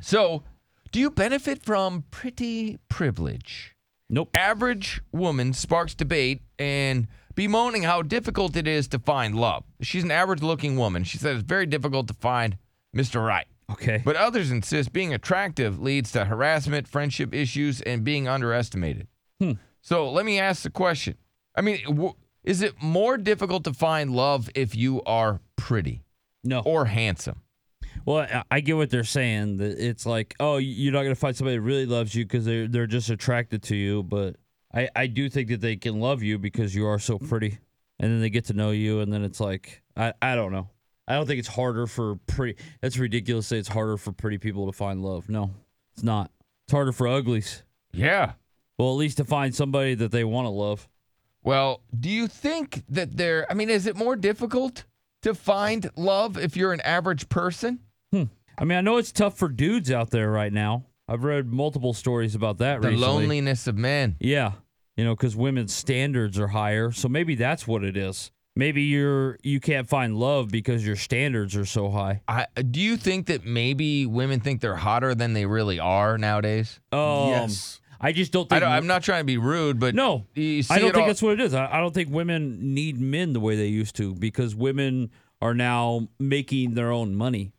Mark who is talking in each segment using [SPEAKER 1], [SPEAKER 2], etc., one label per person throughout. [SPEAKER 1] So, do you benefit from pretty privilege?
[SPEAKER 2] Nope.
[SPEAKER 1] Average woman sparks debate and bemoaning how difficult it is to find love. She's an average looking woman. She said it's very difficult to find Mr. Right.
[SPEAKER 2] Okay.
[SPEAKER 1] But others insist being attractive leads to harassment, friendship issues, and being underestimated. So let me ask the question. I mean, w- is it more difficult to find love if you are pretty
[SPEAKER 2] no.
[SPEAKER 1] or handsome?
[SPEAKER 2] Well, I- I get what they're saying. That it's like, oh, you're not gonna find somebody that really loves you because they're they're just attracted to you. But I I do think that they can love you because you are so pretty, and then they get to know you, and then it's like, I I don't know. I don't think it's harder for pretty. That's ridiculous. to Say it's harder for pretty people to find love. No, it's not. It's harder for uglies.
[SPEAKER 1] Yeah.
[SPEAKER 2] Well, at least to find somebody that they want to love.
[SPEAKER 1] Well, do you think that there, I mean, is it more difficult to find love if you're an average person?
[SPEAKER 2] I mean, I know it's tough for dudes out there right now. I've read multiple stories about that
[SPEAKER 1] The
[SPEAKER 2] recently.
[SPEAKER 1] loneliness of men.
[SPEAKER 2] Yeah. You know, because women's standards are higher. So maybe that's what it is. Maybe you're you can't find love because your standards are so high.
[SPEAKER 1] I, do you think that maybe women think they're hotter than they really are nowadays?
[SPEAKER 2] Um,
[SPEAKER 3] Yes.
[SPEAKER 2] I just don't think
[SPEAKER 1] I don't, I'm not trying to be rude, but
[SPEAKER 2] No.
[SPEAKER 1] you see
[SPEAKER 2] I don't
[SPEAKER 1] it
[SPEAKER 2] think
[SPEAKER 1] all-
[SPEAKER 2] that's what it is. I, I don't think women need men the way they used to because women are now making their own money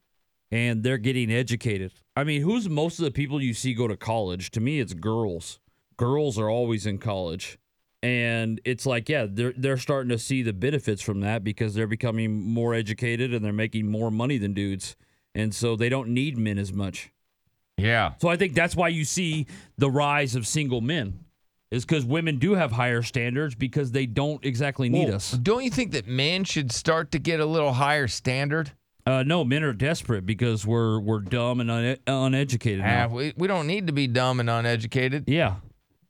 [SPEAKER 2] and they're getting educated. I mean, who's most of the people you see go to college? To me, it's girls. Girls are always in college. And it's like, yeah, they're they're starting to see the benefits from that because they're becoming more educated and they're making more money than dudes. And so they don't need men as much.
[SPEAKER 1] yeah.
[SPEAKER 2] So I think that's why you see the rise of single men is because women do have higher standards because they don't exactly need
[SPEAKER 1] Well,
[SPEAKER 2] us.
[SPEAKER 1] Don't you think that men should start to get a little higher standard?
[SPEAKER 2] Uh, no, men are desperate because we're we're dumb and une- uneducated.
[SPEAKER 1] Ah,
[SPEAKER 2] Now.
[SPEAKER 1] we, we don't need to be dumb and uneducated.
[SPEAKER 2] Yeah,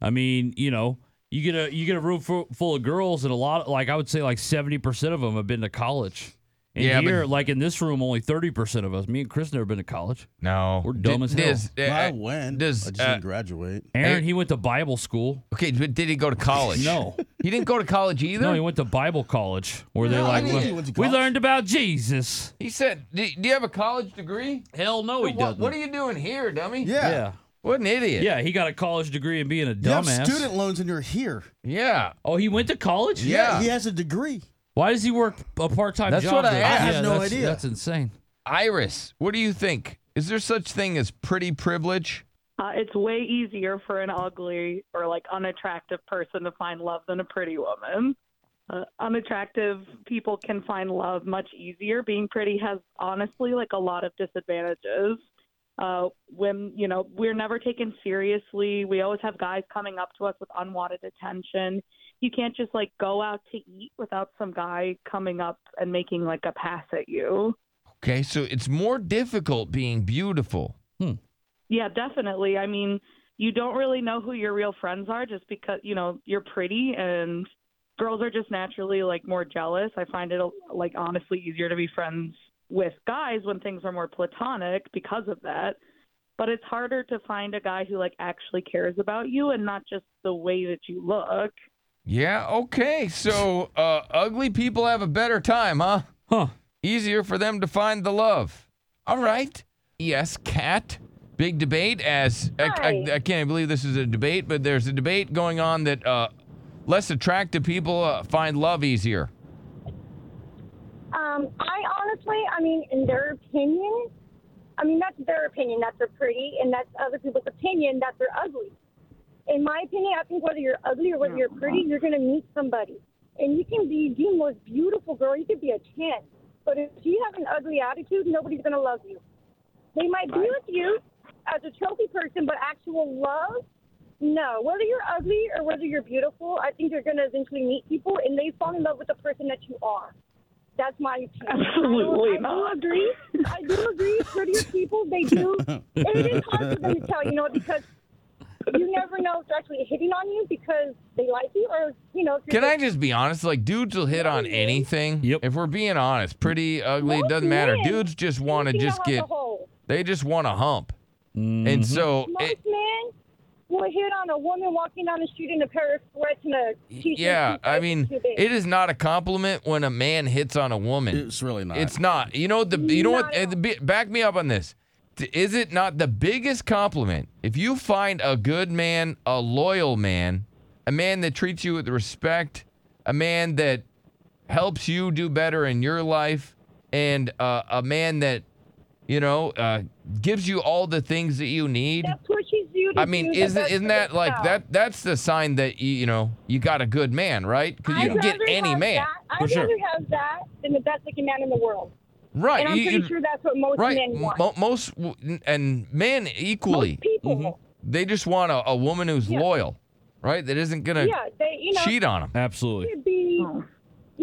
[SPEAKER 2] I mean, you know, you get a you get a room full, full of girls, and a lot, like I would say, like seventy percent of them have been to college. And
[SPEAKER 1] Yeah, but-
[SPEAKER 2] here, like in this room, only thirty percent of us. Me and Chris never been to college.
[SPEAKER 1] No,
[SPEAKER 2] We're dumb as hell.
[SPEAKER 1] Does, uh,
[SPEAKER 3] I went.
[SPEAKER 1] Does,
[SPEAKER 3] I just
[SPEAKER 1] uh,
[SPEAKER 3] didn't graduate.
[SPEAKER 2] Aaron, he went to Bible school.
[SPEAKER 1] okay, but did he go to college?
[SPEAKER 2] No.
[SPEAKER 1] he didn't go to college either.
[SPEAKER 2] No, he went to Bible college where they
[SPEAKER 3] No, I
[SPEAKER 2] like
[SPEAKER 3] didn't
[SPEAKER 2] "Look,
[SPEAKER 3] think he went to
[SPEAKER 2] we
[SPEAKER 3] college."
[SPEAKER 2] learned about Jesus.
[SPEAKER 1] he said, do, "Do you have a college degree?"
[SPEAKER 2] Hell no, he
[SPEAKER 1] What,
[SPEAKER 2] doesn't.
[SPEAKER 1] what are you doing here, dummy?
[SPEAKER 3] Yeah.
[SPEAKER 2] yeah.
[SPEAKER 1] What an idiot.
[SPEAKER 2] Yeah, he got a college degree and being a
[SPEAKER 3] You have
[SPEAKER 2] dumbass.
[SPEAKER 3] student loans and you're here.
[SPEAKER 1] Yeah.
[SPEAKER 2] oh, he went to college?
[SPEAKER 1] Yeah.
[SPEAKER 3] He has a degree.
[SPEAKER 2] Why does he work a part-time
[SPEAKER 1] That's
[SPEAKER 2] job?
[SPEAKER 1] what I
[SPEAKER 2] then?
[SPEAKER 1] asked. I
[SPEAKER 3] have
[SPEAKER 2] Yeah,
[SPEAKER 3] no
[SPEAKER 2] that's-
[SPEAKER 3] idea.
[SPEAKER 2] That's insane.
[SPEAKER 1] Iris, what do you think? Is there such thing as pretty privilege?
[SPEAKER 4] Uh, it's way easier for an ugly or like unattractive person to find love than a pretty woman. Uh, unattractive people can find love much easier. Being pretty has honestly like a lot of disadvantages. Uh, when you know we're never taken seriously, we always have guys coming up to us with unwanted attention. You can't just like go out to eat without some guy coming up and making like a pass at you.
[SPEAKER 1] Okay, so it's more difficult being beautiful.
[SPEAKER 4] Yeah, definitely. I mean, you don't really know who your real friends are just because, you know, you're pretty and girls are just naturally like more jealous. I find it like honestly easier to be friends with guys when things are more platonic because of that. But it's harder to find a guy who like actually cares about you and not just the way that you look.
[SPEAKER 1] Yeah, okay. So uh, ugly people have a better time, huh?
[SPEAKER 2] Huh.
[SPEAKER 1] Easier for them to find the love. All right. Yes, cat. Big debate as I, I, I can't believe this is a debate, but there's a debate going on that uh, less attractive people uh, find love easier.
[SPEAKER 5] Um, I honestly, I mean, in their opinion, I mean, that's their opinion. That's their pretty, and that's other people's opinion. That's their ugly. In my opinion, I think whether you're ugly or whether you're pretty, you're going to meet somebody. And you can be the most beautiful girl. You could be a 10. But if you have an ugly attitude, nobody's going to love you. They might be with you as a trophy person, but actual love, no. Whether you're ugly or whether you're beautiful, I think you're going to eventually meet people, and they fall in love with the person that you are. That's my opinion.
[SPEAKER 4] Absolutely
[SPEAKER 5] I do, I
[SPEAKER 4] not.
[SPEAKER 5] do agree. I do agree. Prettier people, they do. And it is hard for them to tell, you know, because you never know if they're actually hitting on you because they like you or, you know. if you're
[SPEAKER 1] Can I just be honest? Like dudes will hit on anything.
[SPEAKER 2] Yep.
[SPEAKER 1] If we're being honest, pretty, ugly,
[SPEAKER 5] Most
[SPEAKER 1] doesn't matter.
[SPEAKER 5] men-
[SPEAKER 1] Dudes just want to
[SPEAKER 5] Latino
[SPEAKER 1] just
[SPEAKER 5] as a
[SPEAKER 1] get.
[SPEAKER 5] whole.
[SPEAKER 1] They just want to hump. And so,
[SPEAKER 5] Most
[SPEAKER 1] it,
[SPEAKER 5] men will hit on a woman walking down the street in a pair of sweats and a t-shirt.
[SPEAKER 1] yeah,
[SPEAKER 5] and
[SPEAKER 1] I mean,
[SPEAKER 5] too big.
[SPEAKER 1] it is not a compliment when a man hits on a woman.
[SPEAKER 3] It's really not.
[SPEAKER 1] It's not. You know the. You know what?
[SPEAKER 5] Not at
[SPEAKER 1] uh, be- Back me up on this. th- is it not the biggest compliment if you find a good man, a loyal man, a man that treats you with respect, a man that helps you do better in your life, and uh, a man that you know uh, gives you all the things that you need?
[SPEAKER 5] That's what she's doing.
[SPEAKER 1] I mean, isn't isn't that like that? That's the sign that you, you know you got a good man, right? Because you
[SPEAKER 5] I'd
[SPEAKER 1] can get
[SPEAKER 5] rather
[SPEAKER 1] any
[SPEAKER 5] have
[SPEAKER 1] man,
[SPEAKER 5] that-
[SPEAKER 2] for
[SPEAKER 5] I'd
[SPEAKER 2] sure.
[SPEAKER 5] rather have that than the best looking man in the world.
[SPEAKER 1] right?
[SPEAKER 5] And I'm
[SPEAKER 1] You-
[SPEAKER 5] pretty
[SPEAKER 1] you-
[SPEAKER 5] sure that's what most
[SPEAKER 1] right.
[SPEAKER 5] men want.
[SPEAKER 1] Mo- most w- and men equally,
[SPEAKER 5] Most people.
[SPEAKER 1] they just want a, a woman who's
[SPEAKER 5] Yeah.
[SPEAKER 1] loyal, right? That isn't gonna
[SPEAKER 5] Yeah, they you know
[SPEAKER 1] cheat on them.
[SPEAKER 2] Absolutely.
[SPEAKER 5] you could be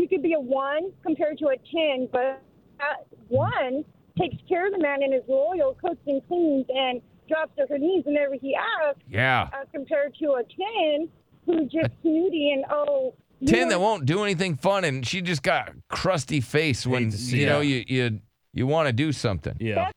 [SPEAKER 5] you could be a one compared to a ten, but that one takes care of the man and is loyal, cooks and cleans and drops to her knees whenever he asks,
[SPEAKER 1] Yeah,
[SPEAKER 5] uh, compared to a ten who's just snooty and oh you
[SPEAKER 1] ten
[SPEAKER 5] know,
[SPEAKER 1] that won't do anything fun, and she just got a crusty face when
[SPEAKER 2] to see
[SPEAKER 1] you know
[SPEAKER 2] it.
[SPEAKER 1] you you you want to do something.
[SPEAKER 2] Yeah.